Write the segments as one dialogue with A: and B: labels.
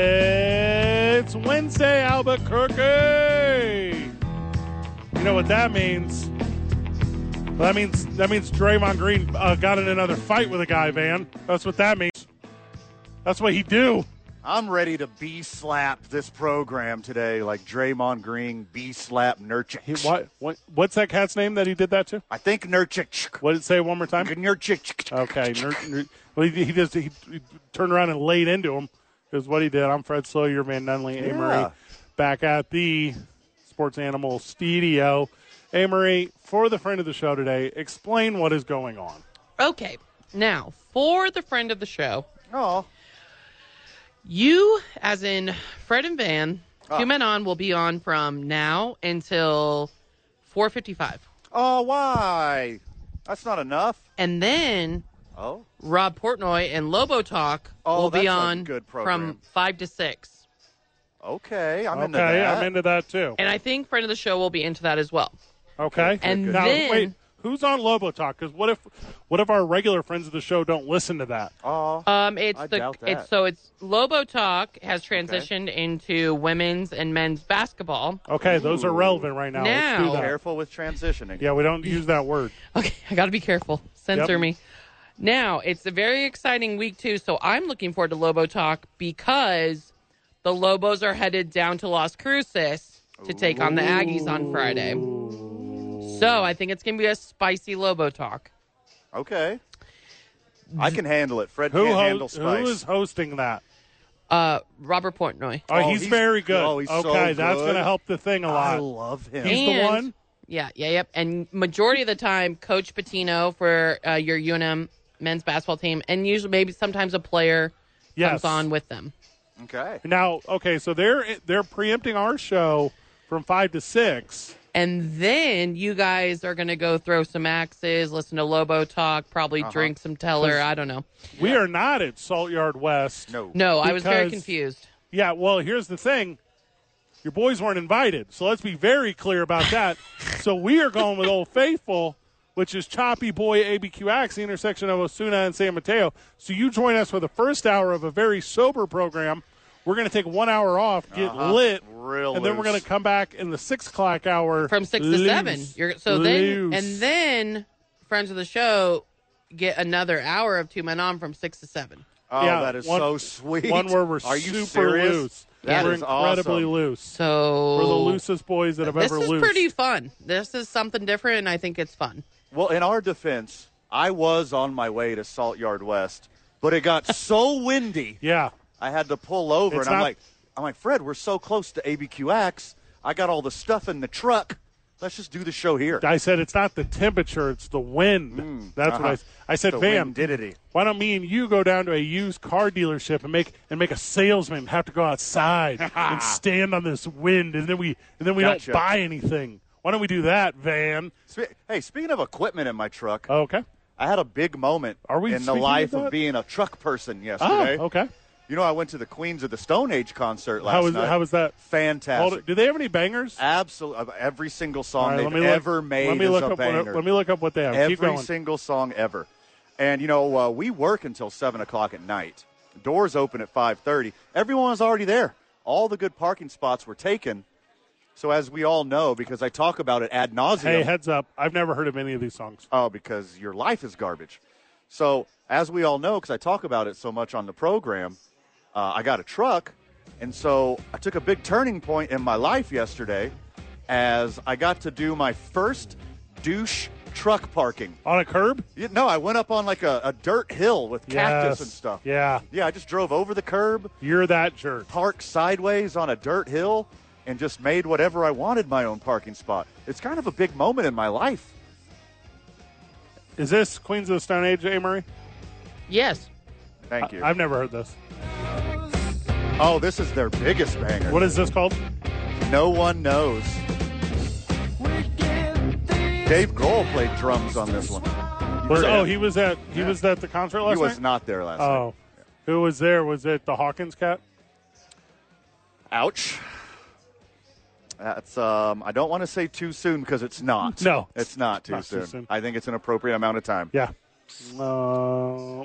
A: It's Wednesday, Albuquerque. You know what that means? That means that means Draymond Green uh, got in another fight with a guy, Van. That's what that means. That's what he do.
B: I'm ready to B slap this program today, like Draymond Green B slap
A: He,
B: Nurkic.
A: what, what what's that cat's name that he did that to?
B: I think Nurkic.
A: What Uh. did it say one more time?
B: Nurkic.
A: Okay, ner- ner- well, he, he just he, he turned around and laid into him. Is what he did. I'm Fred Slow, your man Nunley Amory,
B: Yeah.
A: back at the Sports Animal Studio. Amory, for the friend of the show today, explain what is going on.
C: Okay, now for the friend of the show,
B: Oh,
C: you, as in Fred and Van,
B: Ah.
C: Two Men On will be on from now until 4:55,
B: oh, why? That's not enough.
C: and then
B: Oh,
C: Rob Portnoy and Lobo Talk
B: Oh,
C: will
B: that's
C: be
B: a
C: on
B: good program.
C: from five to six.
B: okay. I'm into
A: okay,
B: that.
A: I'm into that too.
C: And I think friend of the show will be into that as well.
A: Okay,
C: And
A: now
C: then-
A: wait, who's on Lobo Talk? Because what if what if our regular friends of the show don't listen to that?
B: oh,
A: Uh.
C: Um, it's
B: I
C: the
B: doubt that.
C: it's so it's Lobo Talk has transitioned into women's and men's basketball.
A: Okay, those are relevant right now. Let's do
C: Now-
A: that.
B: careful with transitioning.
A: Yeah, we don't use that word.
C: Okay, I got to be careful. Censor
A: Yep.
C: me. Now, it's a very exciting week, too. So I'm looking forward to Lobo Talk because the Lobos are headed down to Las Cruces to take on the Aggies on Friday. So I think it's going to be a spicy Lobo Talk.
B: Okay. I can handle it. Fred
A: Who,
B: can't
A: ho-
B: handle spice.
A: who is hosting that?
C: Uh, Robert Portnoy.
A: Oh,
B: Oh,
A: he's,
B: he's-
A: very good.
B: oh, he's so
A: okay, that's
B: good.
A: going to help the thing a
B: I
A: lot.
B: love him.
A: He's the
C: And-
A: one.
C: Yeah, yeah, yep. And majority of the time, Coach Patino for uh, your UNM men's basketball team, and usually maybe sometimes a player
A: Yes.
C: comes on with them.
B: okay.
A: Now, okay, so they're they're preempting our show from five to six.
C: And then you guys are going to go throw some axes, listen to Lobo talk, probably
A: Uh-huh.
C: drink some teller. I don't know.
A: We are not at Salt Yard West.
B: No.
C: No, I was very
A: Because-
C: confused.
A: Yeah. Well, here's the thing. Your boys weren't invited, so let's be very clear about that. so we are going with Old Faithful, which is Choppy Boy ABQ Axe, the intersection of Osuna and San Mateo. So you join us for the first hour of a very sober program. We're going to take one hour off, get
B: Uh-huh.
A: lit,
B: Real
A: and then we're
B: loose.
A: going to come back in the six o'clock hour
C: From six to
A: loose.
C: seven, you're so then
A: Loose.
C: and then friends of the show get another hour of two men on from six to seven.
B: Oh,
A: Yeah,
B: that is
A: one-
B: so sweet.
A: One where we're
B: Are you
A: super
B: serious?
A: loose.
B: That
A: we're
B: is
A: incredibly
B: awesome.
A: loose.
C: So
A: We're the loosest boys that have
C: This
A: ever
C: is
A: loosed.
C: pretty fun. This is something different, and I think it's fun.
B: Well, in our defense, I was on my way to Salt Yard West, but it got so windy,
A: yeah.
B: I had to pull over,
A: It's
B: and I'm
A: not-
B: like, I'm like, Fred, we're so close to ABQX. I got all the stuff in the truck. Let's just do the show here.
A: I said it's not the temperature, it's the wind. That's what I s- I said,
B: Hmm. Uh-huh. The
A: Van.
B: windidity.
A: Why don't me and you go down to a used car dealership and make and make a salesman have to go outside and stand on this wind and then we and then we
B: Gotcha.
A: don't buy anything. Why don't we do that, Van?
B: Spe- Hey, speaking of equipment in my truck,
A: Okay.
B: I had a big moment
A: Uh, Are we
B: in the
A: speaking of
B: life
A: that?
B: of being a truck person
A: Oh,
B: yesterday.
A: okay.
B: You know, I went to the Queens of the Stone Age concert last
A: How was
B: night.
A: how was that? Hold
B: Fantastic.
A: it. Do they have any bangers?
B: Absolutely, every single
A: All
B: song
A: right,
B: they've
A: let me look-
B: ever made
A: Let me
B: is
A: look
B: a
A: up.
B: banger.
A: What, let me look up what they have. Keep
B: every
A: going.
B: single song ever. And you know, uh, we work until seven o'clock at night. Doors open at five thirty. Everyone was already there. All the good parking spots were taken. So as we all know, because I talk about it ad nauseum.
A: Hey, heads up! I've never heard of any of these songs.
B: Oh, because your life is garbage. So, as we all know, because I talk about it so much on the program, uh, I got a truck. And so I took a big turning point in my life yesterday as I got to do my first douche truck parking.
A: On a curb?
B: You- No, I went up on like a, a dirt hill with
A: Yes.
B: cactus and stuff.
A: Yeah,
B: Yeah, I just drove over the curb,
A: you're that jerk.
B: parked sideways on a dirt hill, and just made whatever I wanted my own parking spot. It's kind of a big moment in my life.
A: Is this Queens of the Stone Age, Amory?
C: Yes.
B: Thank you.
A: I've never heard this.
B: Oh, this is their biggest banger.
A: What is this called?
B: No one knows. Dave Grohl played drums on this one.
A: Was,
B: heard
A: oh,
B: it.
A: he was at he was at the concert
B: He
A: last
B: was
A: night.
B: not there last night.
A: oh, who was there? Was it the Hawkins cat?
B: Ouch. That's um. I don't want to say too soon because it's not.
A: No.
B: it's not too,
A: Not too
B: soon.
A: soon.
B: I think it's an appropriate amount of time.
A: Yeah. Uh,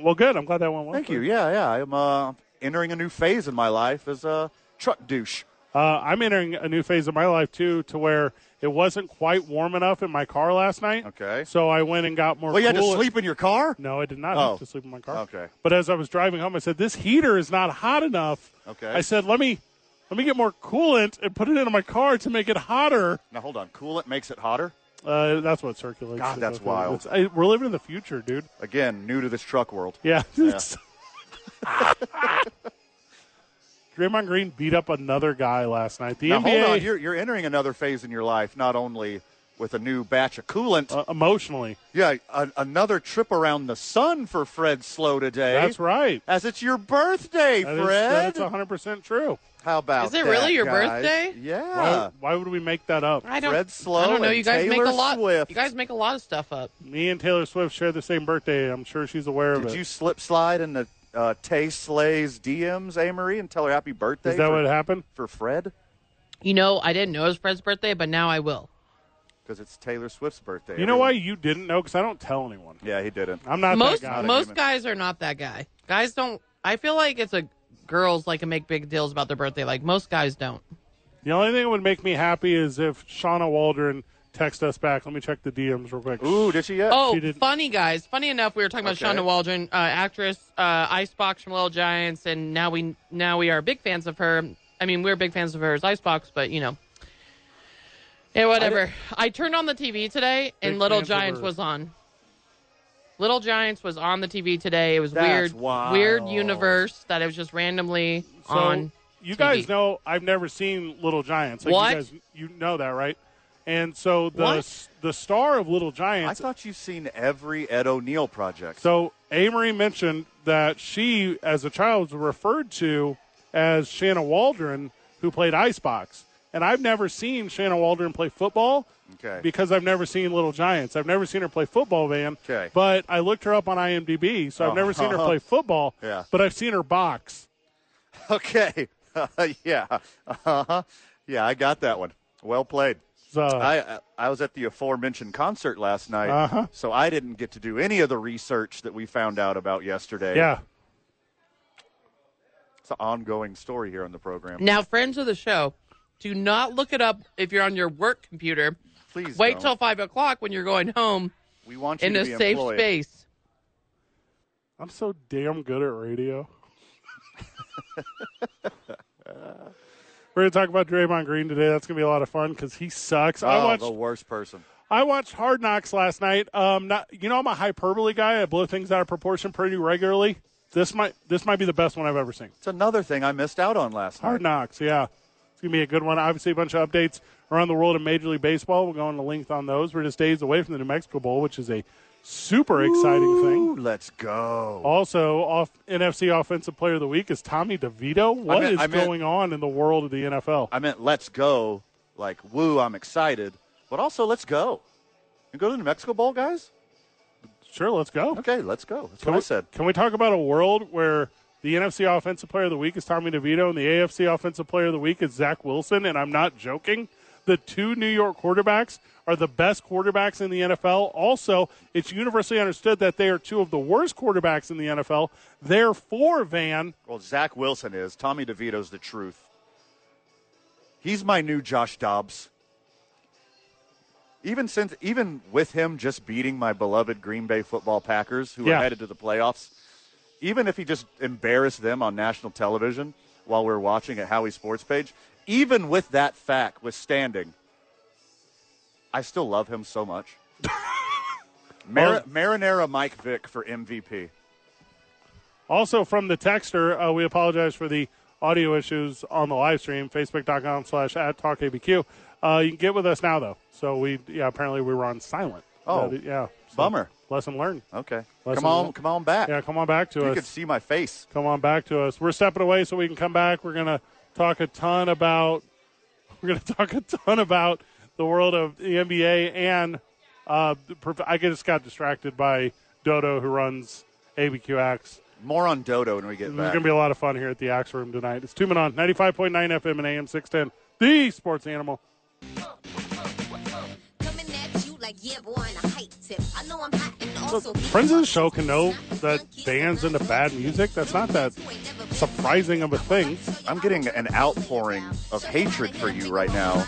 A: well, good. I'm glad that one. won.
B: Thank you. Yeah, yeah. I'm uh, entering a new phase in my life as a truck douche.
A: Uh, I'm entering a new phase of my life too, to where it wasn't quite warm enough in my car last night.
B: Okay.
A: So I went and got more.
B: Well, you had to
A: coolant-
B: sleep in your car.
A: No, I did not
B: Oh.
A: have to sleep in my car.
B: Okay.
A: But as I was driving home, I said, "This heater is not hot enough."
B: Okay.
A: I said, "Let me, let me get more coolant and put it into my car to make it hotter."
B: Now hold on. Coolant makes it hotter.
A: Uh, that's what circulates.
B: God, that's wild.
A: It's- I- we're living in the future, dude.
B: Again, new to this truck world.
A: Yeah. Draymond Green beat up another guy last night. The
B: Now
A: NBA
B: hold on. You're you're entering another phase in your life. Not only with a new batch of coolant.
A: uh, emotionally.
B: yeah, a, another trip around the sun for Fred Slow today.
A: That's right.
B: As it's your birthday,
A: That is-
B: Fred.
A: that's 100 percent true.
B: How about
C: Is it
B: that,
C: really your
B: guys?
C: birthday?
B: Yeah.
A: why, why would we make that up?
C: I don't.
B: Fred Slow
C: I don't know.
B: and
C: You guys
B: Taylor
C: make a lot.
B: Swift.
C: You guys make a lot of stuff up.
A: Me and Taylor Swift share the same birthday. I'm sure she's aware of
B: Did
A: it.
B: you slip slide in the uh, Tay Slay's DMs, Amory, and tell her happy birthday?
A: Is that
B: for,
A: what happened?
B: for Fred?
C: You know, I didn't know it was Fred's birthday, but now I will.
B: Because it's Taylor Swift's birthday.
A: You know why
B: everyone.
A: you didn't know? Because I don't tell anyone.
B: Yeah, he didn't.
A: I'm not
C: most
A: that guy.
C: most guys are not that guy. Guys don't. I feel like it's a girls like to make big deals about their birthday. Like most guys don't.
A: the only thing that would make me happy is if Shauna Waldron texted us back. Let me check the DMs real quick.
B: Ooh, did she yet?
C: Oh,
A: She didn't-
C: funny guys. Funny enough, we were talking about
B: Okay.
C: Shonda Waldron, uh, actress, uh, Icebox from Little Giants, and now we now we are big fans of her. I mean, we are big fans of her as Icebox, but you know, yeah, whatever. I, turned on the TV today, and
A: Big
C: Little
A: fans of
C: Giants
A: her.
C: was on. Little Giants was on the TV today. It was
B: That's
C: weird,
B: wild.
C: weird universe that it was just randomly
A: So
C: on.
A: you
C: TV.
A: guys know I've never seen Little Giants. Like
C: What?
A: You, guys, you know that, right? And so the
C: What?
A: s- the star of Little
B: I
A: Giants.
B: thought you've seen every Ed O'Neill project.
A: so Amory mentioned that she, as a child, was referred to as Shanna Waldron, who played Icebox. And I've never seen Shanna Waldron play football
B: Okay.
A: because I've never seen Little Giants. I've never seen her play football, Van.
B: Okay. Oh.
A: But I looked her up on IMDb, so I've never seen her play football.
B: Yeah.
A: But I've seen her box.
B: okay. yeah. Uh-huh. Yeah, I got that one. Well played.
A: So
B: I I- I was at the aforementioned concert last night,
A: Uh-huh.
B: so I didn't get to do any of the research that we found out about yesterday.
A: yeah.
B: it's an ongoing story here on the program.
C: Now, friends of the show, do not look it up if you're on your work computer.
B: Please
C: Wait
B: don't.
C: till five o'clock when you're going home
B: we want you
C: in
B: to
C: a
B: be
C: safe
B: employed.
C: space.
A: I'm so damn good at radio. We're going to talk about Draymond Green today. That's going to be a lot of fun because he sucks. I
B: Oh,
A: watched
B: the worst person.
A: I watched Hard Knocks last night. Um, not you know I'm a hyperbole guy. I blow things out of proportion pretty regularly. This might this might be the best one I've ever seen.
B: It's another thing I missed out on last
A: Hard
B: night.
A: Knocks, yeah, it's gonna be a good one. Obviously, a bunch of updates around the world of Major League Baseball. We're going to length on those. We're just days away from the New Mexico Bowl, which is a super exciting thing.
B: Ooh, let's go.
A: Also, off NFC Offensive Player of the Week is Tommy DeVito. What is
B: meant- I meant-
A: going on in the world of the NFL?
B: I meant let's go, like woo, I'm excited, but also let's go. And go to the New Mexico Bowl, guys?
A: sure, let's go.
B: Okay, let's go. That's
A: Can
B: what I
A: we,
B: said.
A: can we talk about a world where the NFC Offensive Player of the Week is Tommy DeVito and the AFC Offensive Player of the Week is Zach Wilson? And I'm not joking. The two New York quarterbacks are the best quarterbacks in the NFL. Also, it's universally understood that they are two of the worst quarterbacks in the NFL. Therefore, Van,
B: Well, Zach Wilson is. Tommy DeVito's the truth. He's my new Josh Dobbs. Even since, even with him just beating my beloved Green Bay Football Packers, who
A: Yeah.
B: are headed to the playoffs, even if he just embarrassed them on national television while we are watching at Howie Sports Page, even with that fact withstanding, I still love him so much. Mar- Marinara Mike Vick for MVP.
A: Also from the texter, uh, we apologize for the audio issues on the live stream, facebook.com slash at talkabq. Uh, you can get with us now, though. So we, yeah, apparently we were on silent.
B: Oh,
A: That- yeah. So,
B: bummer.
A: Lesson learned.
B: Okay.
A: Lesson
B: come on,
A: le-
B: come on back.
A: Yeah, come on back to
B: you
A: us.
B: could see my face.
A: come on back to us. We're stepping away so we can come back. We're gonna talk a ton about we're gonna talk a ton about the world of the NBA and uh, the prof- I just got distracted by Dodo who runs ABQX.
B: More on Dodo when we get
A: There's
B: back.
A: gonna be a lot of fun here at the Axe Room tonight. It's two men on 95.9 FM and AM 610, the sports animal.
D: Coming at you like yeah, boy, on a high tip. I know I'm hot and also
A: Friends of the show can know that bands into bad music. That's not that surprising of a thing
B: I'm getting an outpouring of hatred for you right now.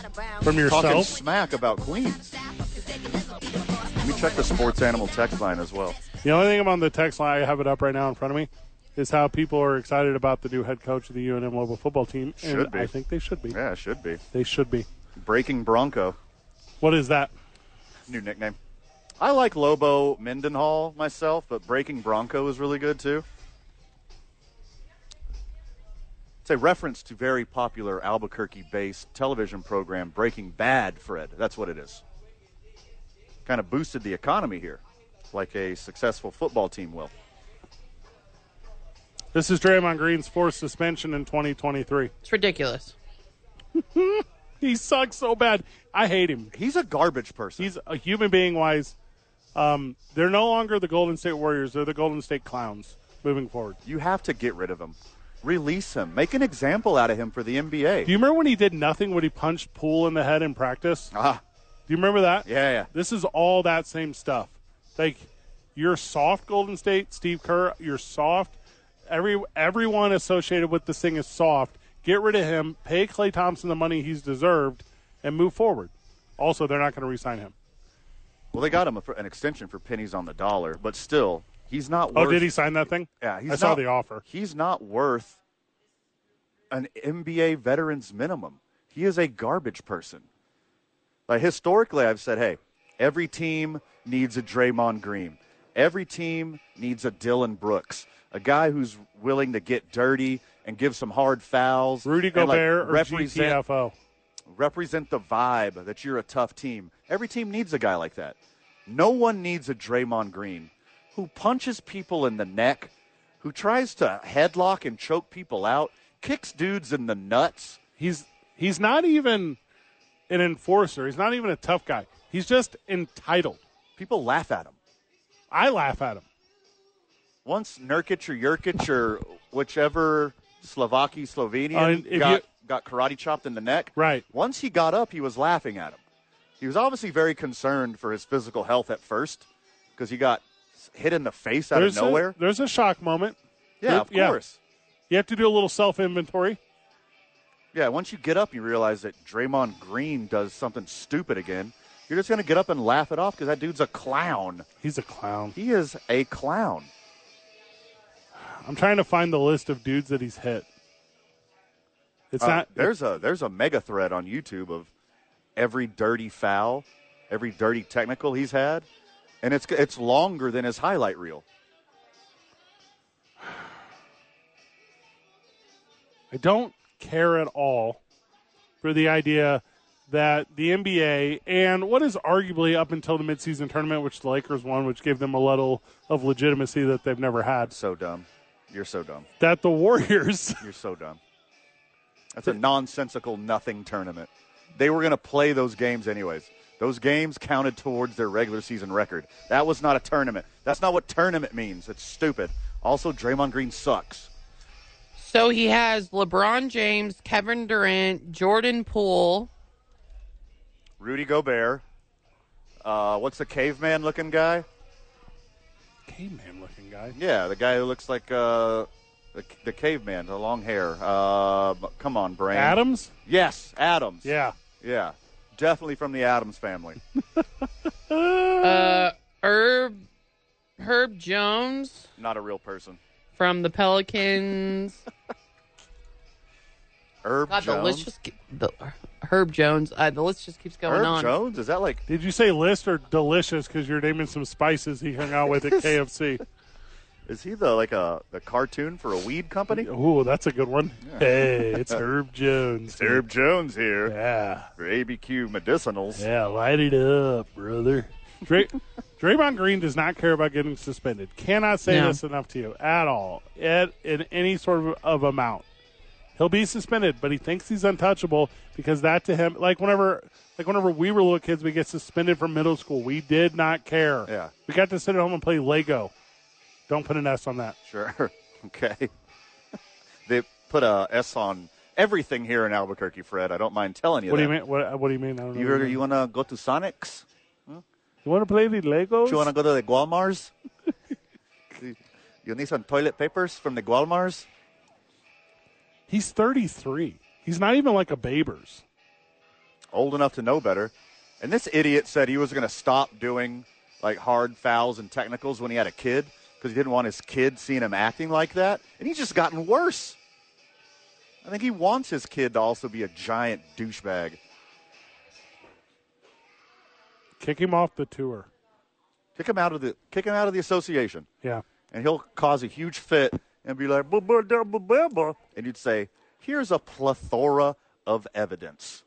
A: from
B: Talking
A: yourself.
B: smack about Queens. Let me check the sports animal text line as well.
A: The only thing I'm on the text line, I have it up right now in front of me, is how people are excited about the new head coach of the UNM Lobo football team. and
B: Should be.
A: I think they should be.
B: Yeah, it should be.
A: They should be.
B: Breaking Bronco.
A: What is that?
B: New nickname. I like Lobo Mendenhall myself, but Breaking Bronco is really good too. It's a reference to very popular Albuquerque based television program, Breaking Bad, Fred. That's what it is. Kind of boosted the economy here, like a successful football team will.
A: This is Draymond Green's fourth suspension in 2023.
C: It's ridiculous.
A: He sucks so bad. I hate him.
B: He's a garbage person.
A: He's a human being wise. Um, they're no longer the Golden State Warriors. They're the Golden State Clowns moving forward.
B: you have to get rid of him, release him, make an example out of him for the
A: Do
B: NBA.
A: you remember when he did nothing when he punched Poole in the head in practice?
B: ah,
A: Do you remember that?
B: yeah, yeah.
A: This is all that same stuff. Like you're soft Golden State, Steve Kerr, you're soft. Every everyone associated with this thing is soft. Get rid of him, pay Clay Thompson the money he's deserved, and move forward. Also, they're not going to re-sign him.
B: Well, they got him a, for an extension for pennies on the dollar, but still, he's not.
A: Oh,
B: worth,
A: did he sign that thing?
B: Yeah, he's
A: I saw
B: not-
A: the offer.
B: He's not worth an NBA veteran's minimum. He is a garbage person. Like historically, I've said, hey, every team needs a Draymond Green. Every team needs a Dylan Brooks, a guy who's willing to get dirty and give some hard fouls.
A: Rudy
B: and, like,
A: Gobert or
B: represent
A: GTFO?
B: represent the vibe that you're a tough team. Every team needs a guy like that. No one needs a Draymond Green who punches people in the neck, who tries to headlock and choke people out, kicks dudes in the nuts.
A: He's he's not even an enforcer. He's not even a tough guy. He's just entitled.
B: People laugh at him.
A: I laugh at him.
B: Once Nurkic or Jurkic or whichever Slovaki
A: Uh,
B: Slovenian
A: and if
B: got,
A: you-
B: got karate chopped in the neck,
A: Right.
B: Once he got up, he was laughing at him. He was obviously very concerned for his physical health at first because he got hit in the face out
A: There's
B: of
A: a-
B: nowhere.
A: there's a shock moment.
B: Yeah, of
A: Yeah.
B: course.
A: You have to do a little self inventory.
B: Yeah, once you get up, you realize that Draymond Green does something stupid again. You're just going to get up and laugh it off because that dude's a clown.
A: He's a clown.
B: He is a clown.
A: I'm trying to find the list of dudes that he's hit. It's
B: Uh,
A: not
B: there's a there's a mega thread on YouTube of every dirty foul, every dirty technical he's had, and it's it's longer than his highlight reel.
A: I don't care at all for the idea that the NBA and what is arguably up until the midseason tournament, which the Lakers won, which gave them a level of legitimacy that they've never had,
B: So dumb. You're so dumb.
A: that the Warriors
B: You're so dumb. That's a nonsensical nothing tournament. They were going to play those games anyways. Those games counted towards their regular season record. That was not a tournament. That's not what tournament means. It's stupid. Also, Draymond Green sucks.
C: So he has LeBron James, Kevin Durant, Jordan Poole.
B: Rudy Gobert. Uh, what's the caveman looking guy?
A: caveman looking guy.
B: Yeah, the guy who looks like uh, the, the caveman, the long hair. Uh, come on, brain.
A: Adams?
B: Yes, Adams.
A: Yeah.
B: Yeah. Definitely from the Adams family.
C: Uh, Herb Herb Jones
B: not a real person.
C: from the Pelicans.
B: Herb
C: God, the
B: Jones.
C: list just ke- the Herb Jones. Uh, the list just keeps going
B: Herb
C: on.
B: Jones? Is that like
A: Did you say list or delicious? Because you're naming some spices he hung out with at KFC.
B: is he the like a the cartoon for a weed company?
A: Ooh, that's a good one. Hey, it's Herb Jones.
B: Herb Jones here
A: Yeah.
B: for ABQ Medicinals.
A: Yeah, light it up, brother. Dray- Draymond Green does not care about getting suspended. Cannot say
C: No.
A: this enough to you at all, at, in any sort of, of amount. He'll be suspended, but he thinks he's untouchable because that to him, like whenever, like whenever we were little kids, we get suspended from middle school. We did not care.
B: Yeah.
A: we got to sit at home and play Lego. Don't put an S on that.
B: Sure. Okay. they put a S on everything here in Albuquerque, Fred. I don't mind telling you
A: What do
B: that.
A: you mean? What, what do you mean? I don't know.
B: You, ever- you want to go to Sonics?
A: want to play the Legos?
B: You want to go to the Gualmars? you need some toilet papers from the Gualmars?
A: He's 33. He's not even like a Babers.
B: Old enough to know better. And this idiot said he was going to stop doing like hard fouls and technicals when he had a kid because he didn't want his kid seeing him acting like that. And he's just gotten worse. I think he wants his kid to also be a giant douchebag.
A: Kick him off the tour.
B: Kick him out of the kick him out of the association.
A: Yeah.
B: and he'll cause a huge fit and be like, "Blah, blah, blah, blah, blah, blah." and you'd say, here's a plethora of evidence.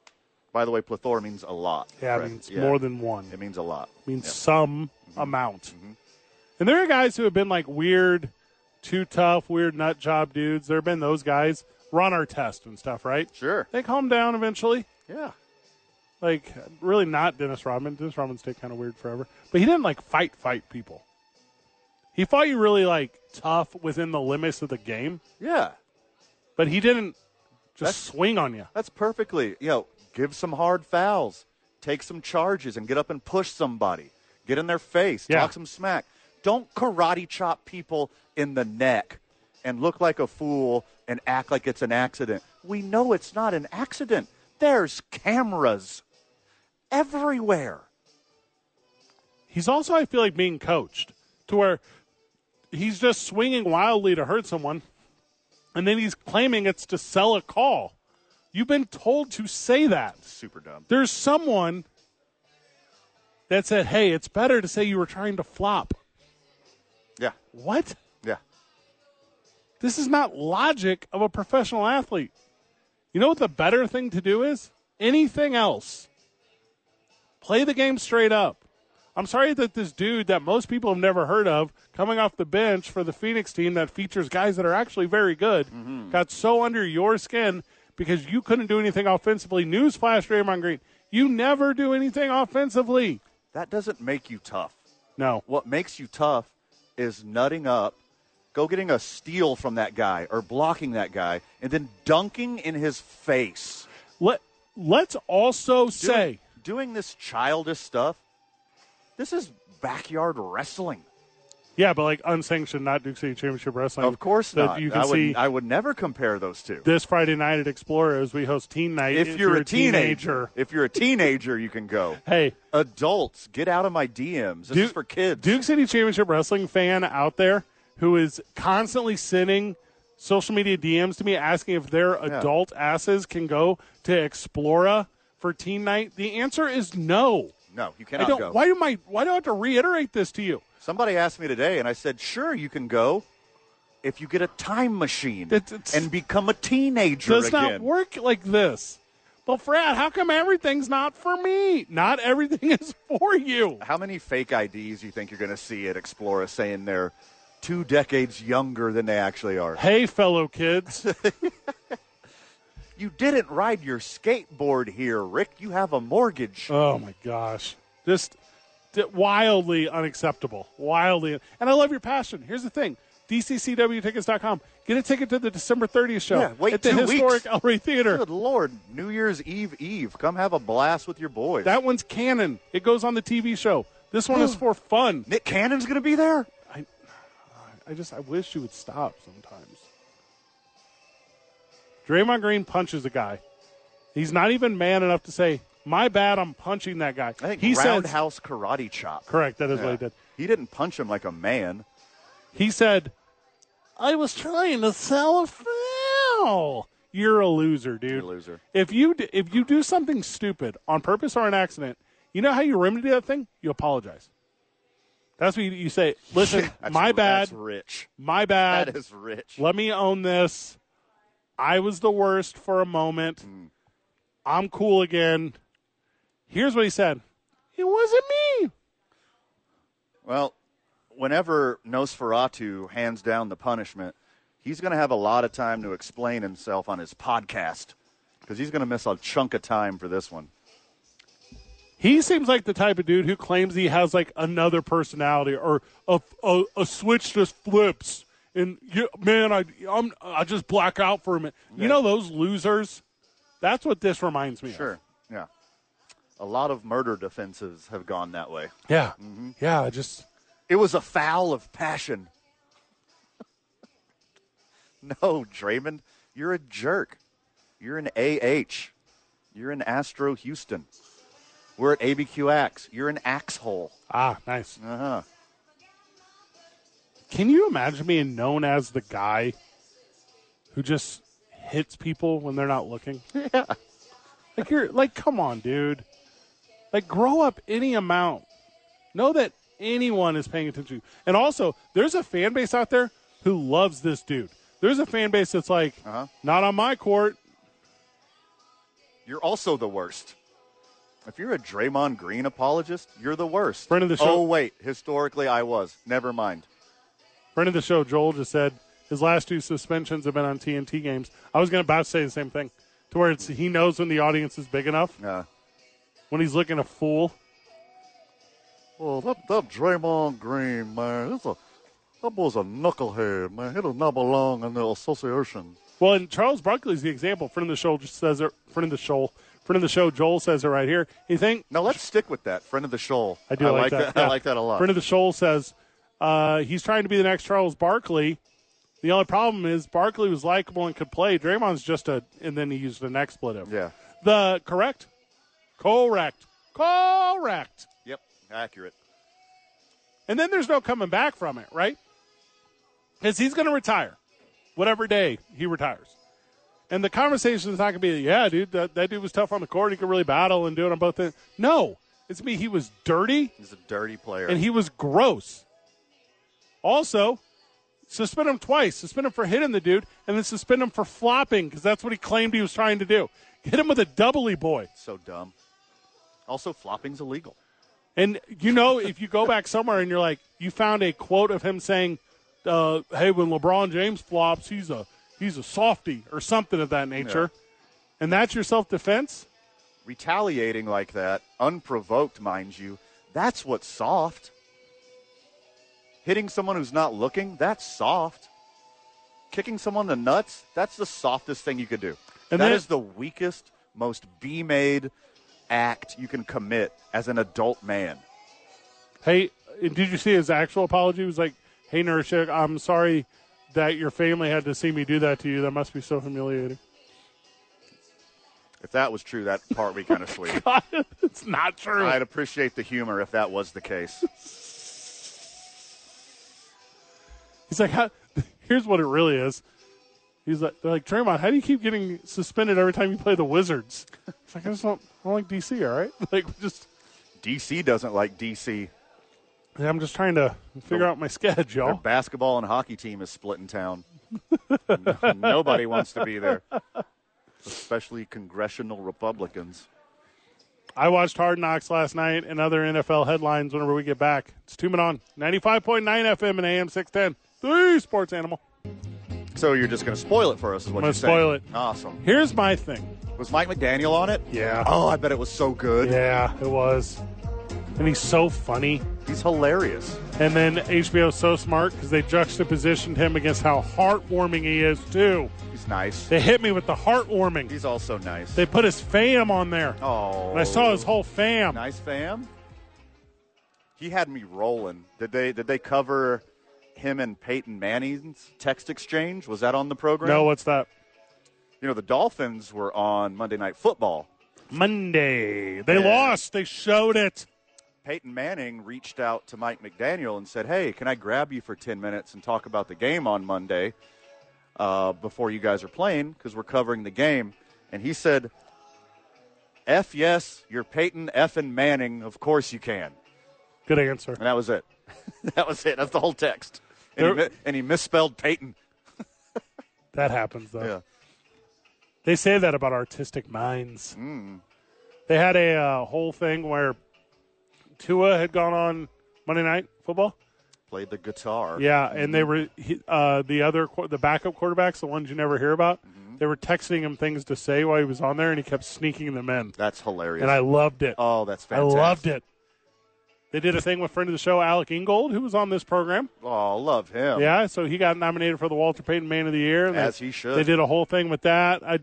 B: By the way, plethora means a lot.
A: Yeah, it
B: Correct.
A: means
B: Yeah.
A: more than one.
B: It means a lot.
A: means
B: Yeah. Mm-hmm.
A: some amount. And there are guys who have been like weird, too tough, weird nut job dudes. There have been those guys. Run our test and stuff, right?
B: Sure.
A: They calm down eventually.
B: Yeah.
A: Like, really not Dennis Rodman. Dennis Rodman stayed kind of weird forever. But he didn't like fight, fight people. He fought you really like tough within the limits of the game,
B: Yeah.
A: but he didn't just
B: That's-
A: swing on you.
B: That's perfectly. You know, give some hard fouls, take some charges, and get up and push somebody. Get in their face,
A: Yeah.
B: talk some smack. Don't karate chop people in the neck and look like a fool and act like it's an accident. We know it's not an accident. There's cameras everywhere.
A: he's also I feel like being coached to where he's just swinging wildly to hurt someone, and then he's claiming it's to sell a call. You've been told to say that.
B: Super dumb.
A: There's someone that said, "Hey, it's better to say you were trying to flop."
B: Yeah,
A: What?
B: yeah.
A: This is not logic of a professional athlete. You know what the better thing to do is? Anything else. Play the game straight up. I'm sorry that this dude that most people have never heard of, coming off the bench for the Phoenix team that features guys that are actually very good, got so under your skin because you couldn't do anything offensively. Newsflash, Draymond Green, you never do anything offensively.
B: That doesn't make you tough.
A: No.
B: what makes you tough is nutting up, go getting a steal from that guy or blocking that guy, and then dunking in his face.
A: Let Let's also say
B: Doing- doing this childish stuff. This is backyard wrestling.
A: Yeah, but like unsanctioned, not Duke City Championship Wrestling.
B: Of course
A: that
B: not.
A: You can
B: I would,
A: see
B: I would never compare those two.
A: this Friday night at Explorers. We host Teen Night.
B: if, you're, a teenager, if you're a teenager, you can go.
A: hey,
B: Adults, get out of my DMs. This is
A: Duke,
B: for kids.
A: Duke City Championship Wrestling fan out there who is constantly sending social media DMs to me asking if their adult asses can go to Explora for Teen Night. The answer is no.
B: no, you
A: I
B: cannot
A: don't.
B: go.
A: Why do I? Why do I have to reiterate this to you?
B: Somebody asked me today, and I said, "Sure, you can go if you get a time machine
A: It's- it's-
B: and become a teenager
A: does
B: again."
A: not work like this. Well, Fred, how come everything's not for me? Not everything is for you.
B: How many fake IDs you think you're going to see at Explora saying they're two decades younger than they actually are?
A: Hey, fellow kids.
B: You didn't ride your skateboard here, Rick. You have a mortgage.
A: oh my gosh, just d- wildly unacceptable. Wildly, and I love your passion. Here's the thing: DCCWtickets.com. Get a ticket to the December 30th show
B: Yeah, wait
A: at the
B: two
A: historic
B: weeks.
A: El Rey Theater.
B: Good Lord, New Year's Eve Eve. Come have a blast with your boys.
A: That one's canon. It goes on the TV show. This one is for fun.
B: Nick Cannon's going to be there?
A: I just I wish you would stop sometimes. Draymond Green punches a guy. He's not even man enough to say, "My bad, I'm punching that guy."
B: I think
A: he says,
B: roundhouse karate chop.
A: "Correct, that is what
B: Yeah.
A: he did."
B: He didn't punch him like a man.
A: He said, "I was trying to sell a foul." You're a loser, dude.
B: a loser.
A: If you d- if you do something stupid on purpose or an accident, you know how you remedy that thing? You apologize. That's what you, you say. Listen,
B: That's-
A: my bad,
B: That's rich.
A: my bad.
B: That is rich.
A: let me own this. I was the worst for a moment. I'm cool again. Here's what he said. It wasn't me.
B: Well, whenever Nosferatu hands down the punishment, he's going to have a lot of time to explain himself on his podcast because he's going to miss a chunk of time for this one.
A: He seems like the type of dude who claims he has like another personality or a, a, a switch just flips. And you, man, I I'm, I just black out for a minute. You know those losers. That's what this reminds me. Of.
B: Sure. Yeah. A lot of murder defenses have gone that way.
A: Yeah. Yeah. I just
B: It was a foul of passion. no, Draymond, you're a jerk. You're an AH. You're an Astro Houston. We're at ABQX. You're an axhole.
A: ah nice.
B: Uh huh.
A: Can you imagine being known as the guy who just hits people when they're not looking? Yeah. Like you're like, come on, dude. Like grow up any amount. Know that anyone is paying attention. And also, there's a fan base out there who loves this dude. There's a fan base that's like,
B: Uh-huh.
A: not on my court.
B: You're also the worst. If you're a Draymond Green apologist, you're the worst.
A: Friend of the show.
B: Oh wait, historically I was. Never mind.
A: Friend of the show, Joel, just said his last two suspensions have been on TNT games. I was going to about to say the same thing, to where it's he knows when the audience is big enough
B: Uh,
A: when he's looking a fool.
B: well, that, that Draymond Green man, that's a that boy's a knucklehead man. He does not belong in the association.
A: Well, and Charles Barkley's the example. Friend of the show just says it. Friend of the show. Friend of the show. Joel says it right here. You think?
B: Now let's stick with that. Friend of the show.
A: I do like, that.
B: I
A: Yeah.
B: like that a lot.
A: Friend of the show says uh, he's trying to be the next Charles Barkley. The only problem is Barkley was likable and could play. Draymond's just a, and then he used an expletive.
B: yeah.
A: The correct, correct, correct.
B: Yep. Accurate.
A: And then there's no coming back from it, right? Because he's going to retire, whatever day he retires. And the conversation is not going to be, yeah, dude, that, that dude was tough on the court. He could really battle and do it on both ends. No, it's me. He was dirty
B: He's a dirty player.
A: and he was gross. Also, suspend him twice. Suspend him for hitting the dude and then suspend him for flopping because that's what he claimed he was trying to do. Hit him with a doubly boy.
B: so dumb. Also, flopping's illegal.
A: And you know, if you go back somewhere and you're like, you found a quote of him saying, uh, "Hey, when LeBron James flops, he's a he's a softy or something of that nature," and that's your self defense.
B: Retaliating like that, unprovoked, mind you, that's what's soft. Hitting someone who's not looking, that's soft. Kicking someone in the nuts, that's the softest thing you could do.
A: And
B: that
A: then-
B: is the weakest, most be made act you can commit as an adult man.
A: Hey, did you see his actual apology? He was like, "Hey, Nurshik, I'm sorry that your family had to see me do that to you. That must be so humiliating."
B: If that was true, that part we kind of sweet.
A: it's not true.
B: I'd appreciate the humor if that was the case.
A: He's like, how, "Here's what it really is." He's like, "They're like Draymond, how do you keep getting suspended every time you play the Wizards?" It's like, "I just don't, I don't like DC, all right? Like, we just."
B: DC doesn't like DC.
A: Yeah, I'm just trying to figure out my
B: Their
A: schedule.
B: basketball and hockey team is split in town. Nobody wants to be there, especially congressional Republicans.
A: I watched Hard Knocks last night and other NFL headlines whenever we get back. It's two men on 95.9 FM and AM 610. The sports animal.
B: So you're just going to spoil it for us, is what
A: I'm
B: you're
A: gonna spoil
B: saying.
A: it.
B: Awesome.
A: Here's my thing.
B: Was Mike McDaniel on it?
A: Yeah.
B: Oh, I bet it was so good.
A: Yeah, it was. And he's so funny.
B: He's hilarious.
A: And then HBO's so smart because they juxtapositioned him against how heartwarming he is, too.
B: He's nice.
A: They hit me with the heartwarming.
B: He's also nice.
A: They put his fam on there.
B: oh,
A: And I saw his whole fam.
B: nice fam. He had me rolling. Did they did they cover him and Peyton Manning's text exchange? Was that on the program?
A: No, what's that?
B: You know, the Dolphins were on Monday Night Football.
A: Monday. They
B: Yeah.
A: lost. They showed it.
B: Peyton Manning reached out to Mike McDaniel and said, Hey, can I grab you for 10 minutes and talk about the game on Monday uh, before you guys are playing? Because we're covering the game. And he said, F yes, you're Peyton F and Manning. Of course you can.
A: Good answer.
B: And that was it. that was it. That's the whole text. And, he,
A: There-
B: mi- and he misspelled Peyton.
A: That happens though.
B: Yeah.
A: They say that about artistic minds.
B: Mm.
A: They had a uh, whole thing where Tua had gone on Monday night football.
B: Played the guitar.
A: Yeah, and they were he, uh, the other qu- the backup quarterbacks, the ones you never hear about.
B: Mm-hmm.
A: They were texting him things to say while he was on there, and he kept sneaking them in.
B: That's hilarious.
A: And I loved it.
B: oh, that's
A: I
B: fantastic.
A: loved it. They did a thing with friend of the show Alec Ingold, who was on this program.
B: Oh, love him.
A: Yeah, so he got nominated for the Walter Payton Man of the Year. and
B: As
A: they-
B: he should.
A: They did a whole thing with that. I,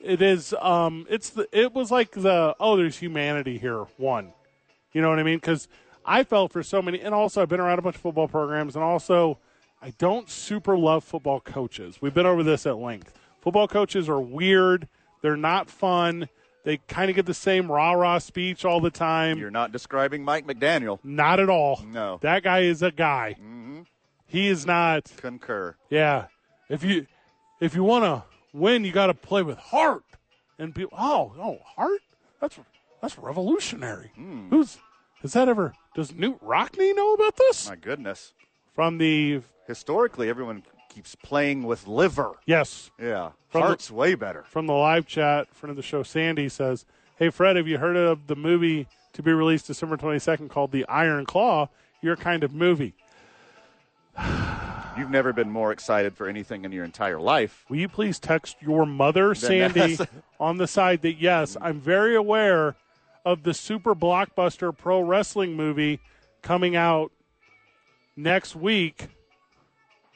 A: it is, um, it's the, it was like the oh, there's humanity here one. You know what I mean? Because I felt for so many, and also I've been around a bunch of football programs, and also I don't super love football coaches. We've been over this at length. Football coaches are weird. They're not fun. They kind of get the same rah rah speech all the time.
B: You're not describing Mike McDaniel.
A: not at all.
B: No.
A: That guy is a guy. He is not.
B: Concur.
A: Yeah. If you if you want to win, you got to play with heart. And people, oh, oh, heart? That's that's revolutionary. Who's has that ever? Does Newt Rockney know about this?
B: My goodness.
A: From the
B: Historically, everyone keeps playing with liver.
A: yes,
B: Yeah.
A: From the-
B: Heart's way better.
A: from the live chat, friend of the show Sandy says, "Hey Fred, have you heard of the movie to be released December twenty second called The Iron Claw? Your kind of movie.
B: You've never been more excited for anything in your entire life.
A: Will you please text your mother, Sandy,
B: that's-
A: on the side that yes, I'm very aware of the super blockbuster pro wrestling movie coming out next week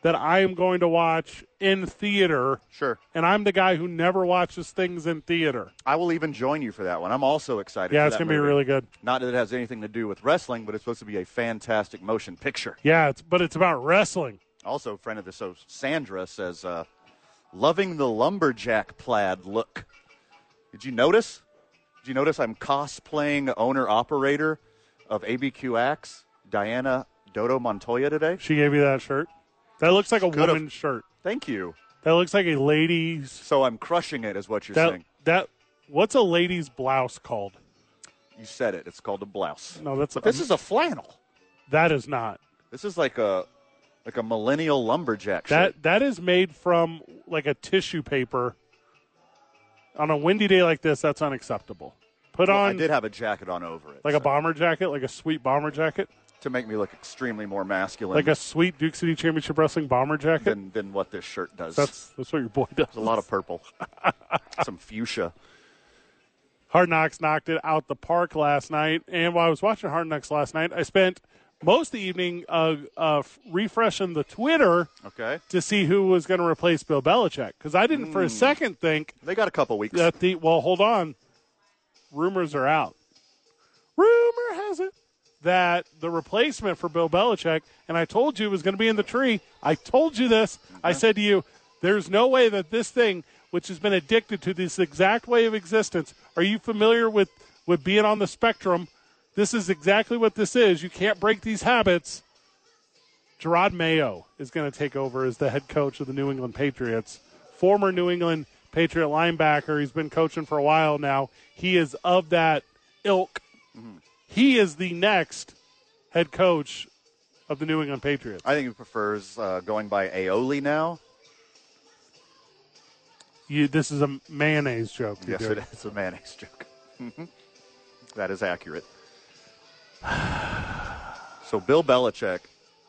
A: that I am going to watch in theater.
B: Sure.
A: And I'm the guy who never watches things in theater.
B: I will even join you for that one. I'm also excited.
A: Yeah,
B: for
A: it's
B: that
A: going to be
B: movie.
A: really good.
B: Not that it has anything to do with wrestling, but it's supposed to be a fantastic motion picture.
A: Yeah, it's, but it's about wrestling.
B: Also, friend of the show, Sandra says, uh, loving the lumberjack plaid look. Did you notice? Did you notice I'm cosplaying owner operator of ABQ Axe, Diana Dodo Montoya today?
A: She gave you that shirt. That looks like a
B: Could've-
A: woman's shirt.
B: Thank you.
A: That looks like a lady's.
B: So I'm crushing it, is what you're
A: That,
B: saying.
A: that what's a lady's blouse called?
B: You said it. It's called a blouse.
A: No, that's
B: But this is a flannel.
A: that is not.
B: This is like a like a millennial lumberjack. shirt.
A: That that is made from like a tissue paper. On a windy day like this, that's unacceptable. Put
B: Well, I
A: on
B: did have a jacket on over it,
A: like a
B: so-
A: bomber jacket, like a sweet bomber jacket,
B: to make me look extremely more masculine
A: like a sweet Duke City Championship Wrestling bomber jacket.
B: than than what this shirt does.
A: That's that's what your boy does.
B: There's a lot of purple, some fuchsia.
A: Hard Knocks knocked it out the park last night. And while I was watching Hard Knocks last night, I spent most of the evening uh, uh, f- refreshing the Twitter
B: Okay,
A: to see who was going to replace Bill Belichick because I didn't for
B: Hmm.
A: a second think
B: they got a couple weeks.
A: that the well, hold on. Rumors are out. Rumor has it that the replacement for Bill Belichick, and I told you it was going to be in the tree. I told you this. I said to you, there's no way that this thing, which has been addicted to this exact way of existence, are you familiar with with being on the spectrum? This is exactly what this is. You can't break these habits. Gerard Mayo is going to take over as the head coach of the New England Patriots. Former New England Patriot linebacker. He's been coaching for a while now. He is of that ilk.
B: Mm-hmm.
A: He is the next head coach of the New England Patriots.
B: I think he prefers uh, going by Aoli now.
A: You, this is a mayonnaise joke. you're
B: Yes,
A: doing.
B: it is a mayonnaise joke. Mhm. that is accurate. So Bill Belichick,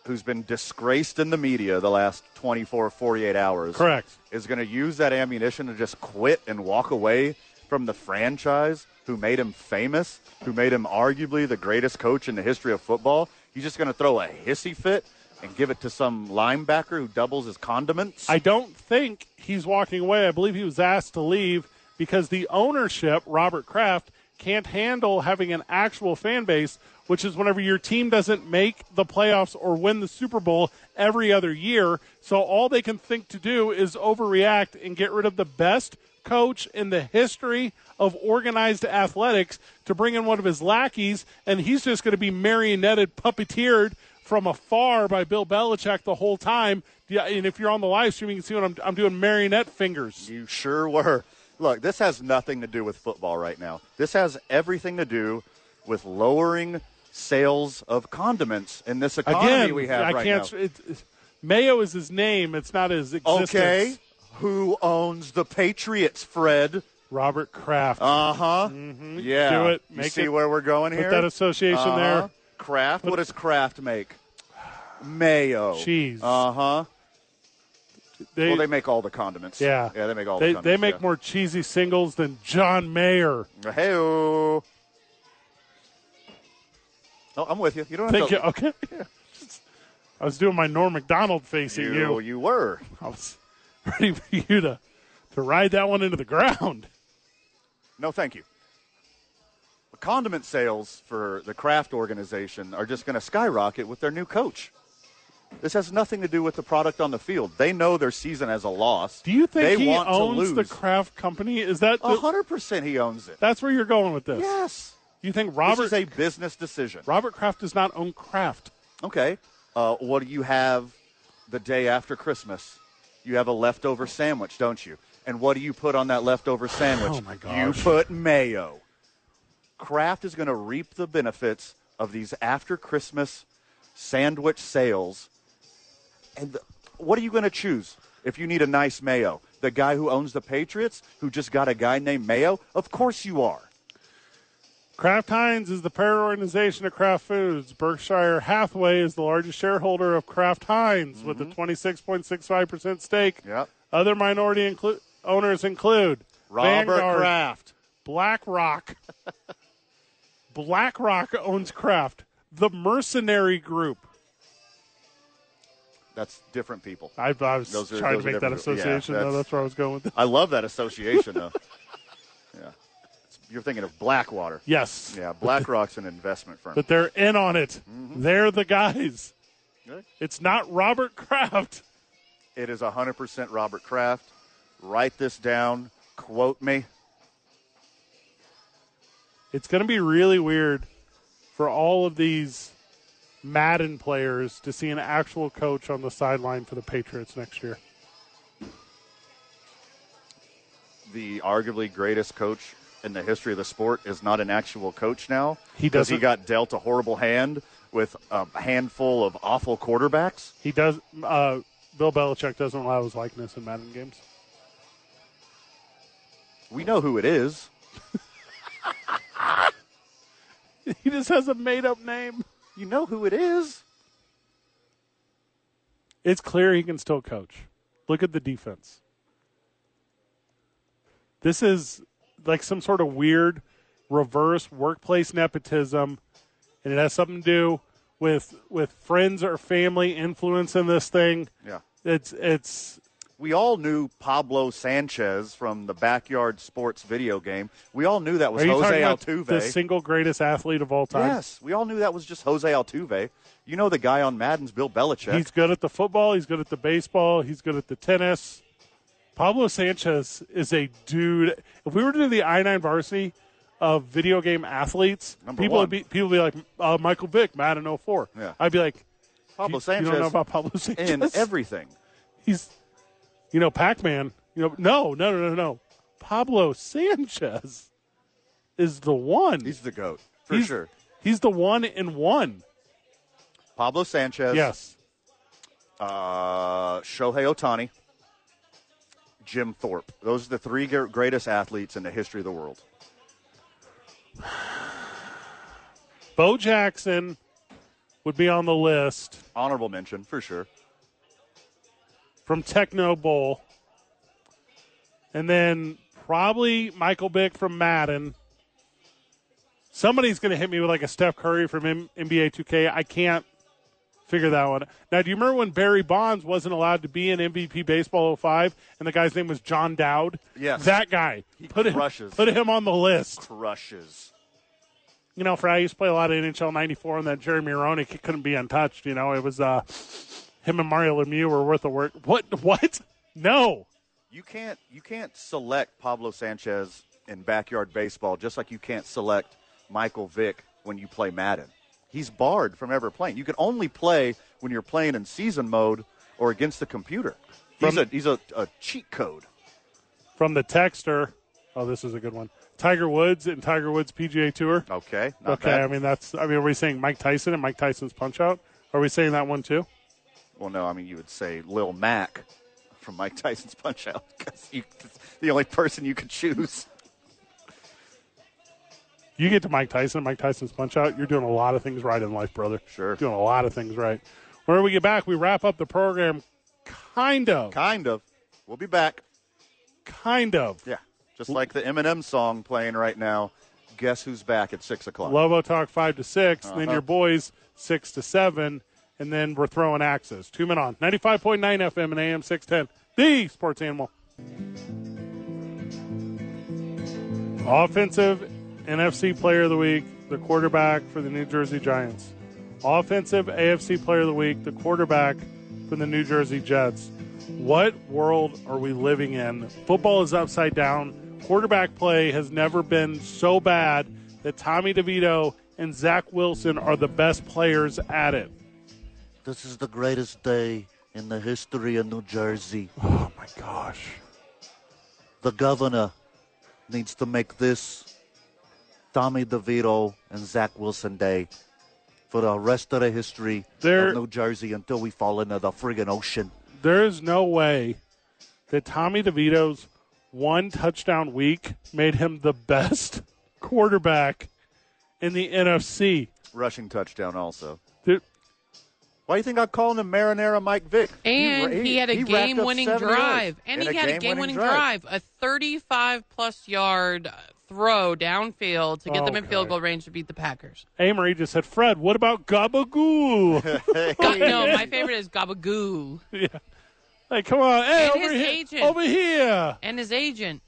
B: who's been disgraced in the media the last 24, 48 hours,
A: Correct.
B: is going to use that ammunition to just quit and walk away from the franchise who made him famous, who made him arguably the greatest coach in the history of football. He's just going to throw a hissy fit and give it to some linebacker who doubles as condiments.
A: I don't think he's walking away. I believe he was asked to leave because the ownership, Robert Kraft, can't handle having an actual fan base, which is whenever your team doesn't make the playoffs or win the Super Bowl every other year. So all they can think to do is overreact and get rid of the best coach in the history of organized athletics to bring in one of his lackeys, and he's just going to be marionetted, puppeteered from afar by Bill Belichick the whole time. Yeah, and if you're on the live stream, you can see what I'm, I'm doing marionette fingers.
B: You sure were. Look, this has nothing to do with football right now. This has everything to do with lowering sales of condiments in this economy
A: Again,
B: we have
A: I
B: right
A: can't.
B: now.
A: It, it- Mayo is his name. It's not his existence.
B: Okay, who owns the Patriots, Fred?
A: Robert Kraft.
B: Uh huh. Yeah.
A: Do it.
B: You
A: Make
B: see
A: Mm-hmm. it.
B: where we're going
A: Put
B: here?
A: that association
B: Uh-huh.
A: there.
B: Kraft. What does Kraft make? Mayo.
A: Cheese.
B: Uh huh.
A: They,
B: Well, they make all the condiments.
A: Yeah.
B: Yeah, they make all
A: they,
B: the
A: they
B: condiments.
A: make more cheesy singles than John Mayer.
B: yeah. Hey, oh. I'm with you. You don't
A: Thank
B: have to.
A: you. Oh, Okay. I was doing my Norm McDonald face at
B: you,
A: you.
B: you were.
A: I was ready for you to, to ride that one into the ground.
B: No, thank you. The condiment sales for the Kraft organization are just going to skyrocket with their new coach. This has nothing to do with the product on the field. They know their season has a loss.
A: Do you think
B: they
A: he
B: want to
A: owns
B: lose?
A: the Kraft company? Is that the,
B: A hundred percent, he owns it.
A: that's where you're going with this?
B: Yes,
A: You think
B: this
A: Robert
B: is a business decision.
A: Robert Kraft does not own Kraft?
B: Okay, uh, what do you have the day after Christmas? You have a leftover sandwich, don't you? And what do you put on that leftover sandwich?
A: Oh, my
B: You
A: gosh.
B: put mayo. Kraft is going to reap the benefits of these after Christmas sandwich sales. And the, what are you going to choose if you need a nice mayo? The guy who owns the Patriots, who just got a guy named Mayo? Of course you are.
A: Kraft Heinz is the parent organization of Kraft Foods. Berkshire Hathaway is the largest shareholder of Kraft Heinz with a 26.65% stake.
B: Mm-hmm. Yep.
A: Other minority inclu- owners include
B: Robert
A: Vanguard,
B: Kraft.
A: BlackRock. BlackRock owns Kraft. The Mercenary Group.
B: That's different people.
A: I, I was
B: Those are-
A: trying
B: those
A: to
B: are
A: make that
B: different- yeah,
A: association, though.
B: that's-
A: That's where I was going with it.
B: I love that association, though. yeah. You're thinking of Blackwater.
A: Yes.
B: Yeah, BlackRock's an investment firm.
A: But they're in on it. They're the guys.
B: Really?
A: It's not Robert Kraft.
B: It is 100% Robert Kraft. Write this down. Quote me.
A: It's going to be really weird for all of these Madden players to see an actual coach on the sideline for the Patriots next year.
B: The arguably greatest coach in the history of the sport is not an actual coach now.
A: He
B: 'cause He
A: doesn't-
B: got dealt a horrible hand with a handful of awful quarterbacks.
A: He does. Uh, Bill Belichick doesn't allow his likeness in Madden games.
B: We know who it is.
A: He just has a made-up name.
B: You know who it is.
A: It's clear he can still coach. Look at the defense. This is like some sort of weird reverse workplace nepotism, and it has something to do with with friends or family influencing this thing.
B: Yeah.
A: It's it's
B: we all knew Pablo Sanchez from the backyard sports video game. We all knew that was
A: are you
B: Jose
A: talking about
B: Altuve.
A: the single greatest athlete of all time?
B: yes, we all knew that was just Jose Altuve. You know the guy on Madden's Bill Belichick.
A: He's good at the football. He's good at the baseball. He's good at the tennis. Pablo Sanchez is a dude. If we were to do the I nine varsity of video game athletes,
B: Number
A: people
B: one.
A: would be people would be like uh, Michael Vick, Madden 04.
B: Yeah.
A: I'd be like
B: Pablo
A: you,
B: Sanchez
A: You don't know about Pablo Sanchez?
B: in everything.
A: He's you know Pac Man. You know no no no no no. Pablo Sanchez is the one.
B: He's the goat for
A: He's-
B: sure.
A: He's the one in one.
B: Pablo Sanchez.
A: Yes.
B: Uh, Shohei Otani. Jim Thorpe. Those are the three gr- greatest athletes in the history of the world.
A: Bo Jackson would be on the list.
B: Honorable mention for sure.
A: from Techno Bowl. And then probably Michael Vick from Madden. Somebody's going to hit me with like a Steph Curry from M- NBA 2K. I can't figure that one. Now, do you remember when Barry Bonds wasn't allowed to be in MVP Baseball 05 and the guy's name was John Dowd?
B: Yes.
A: That guy.
B: He
A: put him
B: crushes.
A: put him on the list.
B: Crushes.
A: You know, for I used to play a lot of NHL 94 and that Jeremy Roenick he couldn't be untouched, you know. It was uh him and Mario Lemieux were worth a work. What what? No.
B: you can't you can't select Pablo Sanchez in backyard baseball just like you can't select Michael Vick when you play Madden. He's barred from ever playing. You can only play when you're playing in season mode or against the computer. He's
A: From-
B: a he's a, a cheat code.
A: from the texter. Oh, this is a good one. Tiger Woods and Tiger Woods PGA Tour.
B: Okay, not
A: Okay,
B: bad.
A: I mean that's. I mean, are we saying Mike Tyson and Mike Tyson's Punch Out? Are we saying that one too?
B: well, no, I mean you would say Lil Mac from Mike Tyson's Punch Out because the only person you could choose.
A: You get to Mike Tyson, Mike Tyson's punch out. You're doing a lot of things right in life, brother.
E: Sure.
A: Doing a lot of things right. Whenever we get back, we wrap up the program kind of.
E: Kind of. We'll be back.
A: Kind of.
E: Yeah. Just like the Eminem song playing right now. Guess who's back at six o'clock?
A: Lobo Talk five to 6 then
B: Uh-huh.
A: your boys six to seven, and then we're throwing axes. Two men on ninety five point nine FM and AM six ten. The sports animal. Offensive NFC Player of the Week, the quarterback for the New Jersey Giants. Offensive AFC Player of the Week, the quarterback for the New Jersey Jets. What world are we living in? Football is upside down. Quarterback play has never been so bad that Tommy DeVito and Zach Wilson are the best players at it.
B: This is the greatest day in the history of New Jersey.
A: Oh my gosh.
B: The governor needs to make this Tommy DeVito and Zach Wilson Day for the rest of the history
A: There-
B: of New Jersey until we fall into the friggin' ocean.
A: There is no way that Tommy DeVito's one touchdown week made him the best quarterback in the NFC.
E: Rushing touchdown also.
A: There-
E: Why do you think I'm calling him Marinara Mike Vick?
C: And he, had a
E: he racked up
C: game winning
E: seven
C: drive.
E: yards
C: And
E: in
C: he had a game winning
E: game-winning
C: drive. a 35 plus yard uh, throw downfield to get them in field
A: Okay.
C: goal range to beat the Packers.
A: Amory just said, Fred, what about Gabagool?
C: God, no, my favorite is Gabagoo
A: like, come on. Hey,
C: And
A: over
C: his
A: here.
C: agent.
A: Over here.
C: and his agent.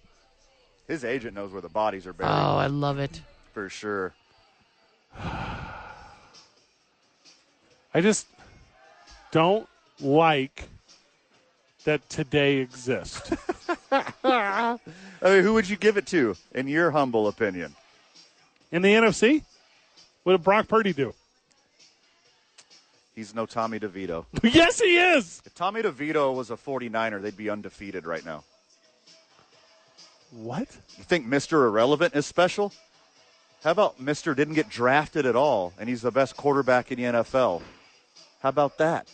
E: His agent knows where the bodies are
C: Oh,
E: buried
A: Uh.
C: I love it.
E: for sure.
A: I just don't like that today exists.
E: I mean, who would you give it to, in your humble opinion?
A: in the NFC, what did Brock Purdy do?
E: He's no Tommy DeVito.
A: yes, he is.
E: If Tommy DeVito was a 49er, they'd be undefeated right now.
A: What?
E: You think Mr. Irrelevant is special? How about Mr. didn't get drafted at all and he's the best quarterback in the NFL? How about that?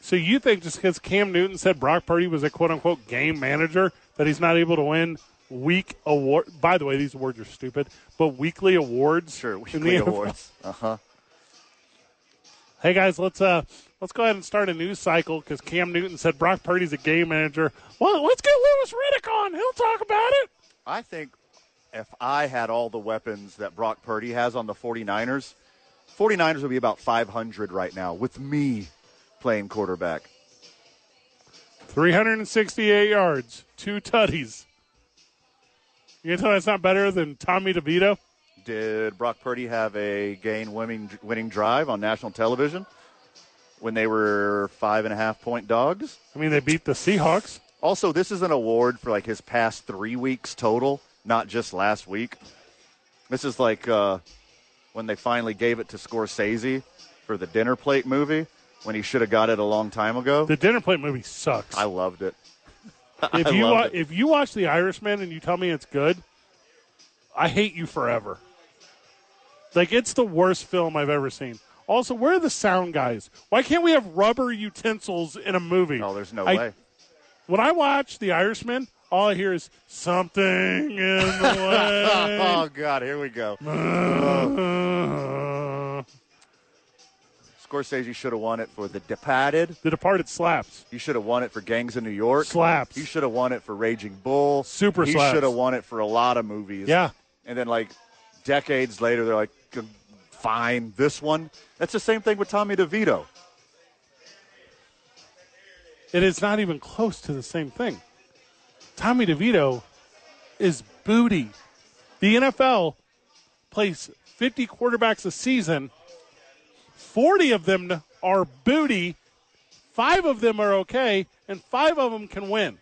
A: So you think just because Cam Newton said Brock Purdy was a quote unquote game manager that he's not able to win week award? By the way, these awards are stupid, but weekly awards.
E: Sure,
A: in
E: weekly
A: the NFL.
E: awards. Uh huh.
A: Hey guys, let's uh let's go ahead and start a news cycle because Cam Newton said Brock Purdy's a game manager. Well, let's get Lewis Riddick on. He'll talk about it.
E: I think if I had all the weapons that Brock Purdy has on the 49ers, 49ers would be about 500 right now with me playing quarterback.
A: 368 yards, two tutties. You gonna tell me that's not better than Tommy DeVito?
E: Did Brock Purdy have a game winning, winning drive on national television when they were five and a half point dogs?
A: I mean, they beat the Seahawks.
E: Also, this is an award for like his past three weeks total, not just last week. This is like uh, when they finally gave it to Scorsese for the dinner plate movie when he should have got it a long time ago.
A: The dinner plate movie sucks.
E: I loved it.
A: if
E: I
A: you
E: loved
A: wa-
E: it.
A: if you watch The Irishman and you tell me it's good, I hate you forever. Like it's the worst film I've ever seen. Also, where are the sound guys? Why can't we have rubber utensils in a movie?
E: Oh, there's no
A: I-
E: way.
A: When I watch The Irishman, all I hear is something in the
E: Oh God, here we go.
A: way.
E: Scorsese should have won it for The Departed.
A: the Departed slaps.
E: He should have won it for Gangs of New York.
A: Slaps.
E: He should have won it for Raging Bull.
A: Super
E: He
A: slaps.
E: should have won it for a lot of movies.
A: Yeah.
E: And then like decades later, they're like, "G- fine, this one. That's the same thing with Tommy DeVito.
A: It is not even close to the same thing. Tommy DeVito is booty. The NFL plays 50 quarterbacks a season. 40 of them are booty. Five of them are okay, and five of them can win.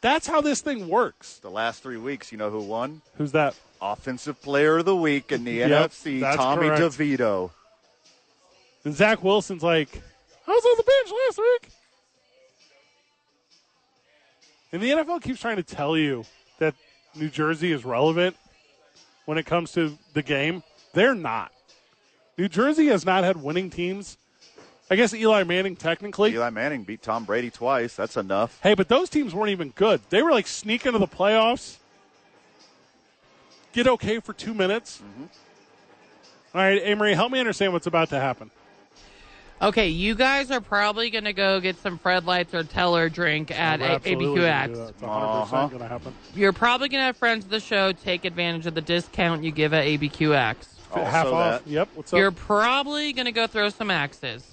A: That's how this thing works.
E: The last three weeks, you know who won?
A: Who's that?
E: Offensive Player of the Week in the
A: Yep,
E: NFC,
A: that's
E: Tommy
A: correct.
E: DeVito.
A: And Zach Wilson's like, I was on the bench last week. And the NFL keeps trying to tell you that New Jersey is relevant when it comes to the game. They're not. New Jersey has not had winning teams. I guess Eli Manning technically.
E: Eli Manning beat Tom Brady twice. That's enough.
A: Hey, but those teams weren't even good. They were like sneaking to the playoffs. get okay for two minutes. All right, Amory, help me understand what's about to happen.
C: Okay, you guys are probably going to go get some Fred Lights or Teller drink at
A: We're
C: a-
A: absolutely gonna do that.
C: ABQX.
A: It's 100%
B: Uh-huh.
A: going to happen.
C: You're probably going to have friends of the show take advantage of the discount you give at ABQX.
B: Also
A: Half off.
B: that-
A: Yep. What's up?
C: You're probably going to go throw some axes.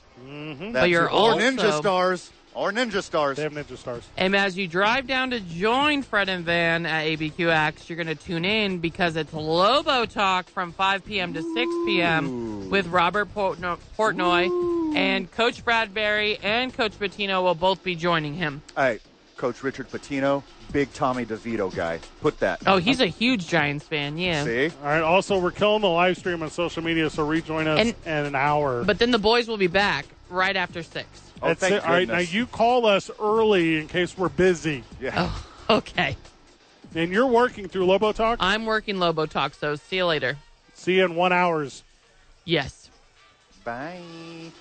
B: That's it.
C: you're
B: or
C: also-
B: ninja stars or ninja stars.
A: they have ninja stars.
C: And as you drive down to join Fred and Van at ABQX, you're going to tune in because it's Lobo Talk from 5 p.m. to 6 p.m. with Robert Portno- Portnoy. And Coach Bradbury and Coach Bettino will both be joining him.
B: All right, Coach Richard Patino, big Tommy DeVito guy. Put that.
C: Oh, he's a huge Giants fan, yeah.
B: See?
A: All right. Also, we're killing the live stream on social media, so rejoin us
C: And-
A: in an hour.
C: But then the boys will be back right after 6.
B: Oh,
A: That's
B: thank
A: it. All right. Now
B: goodness.
A: you call us early in case we're busy,
B: Yeah.
C: Oh, okay.
A: and you're working through Lobo Talk.
C: I'm working Lobo Talk, so see you later.
A: See you in one hours.
C: Yes.
B: Bye.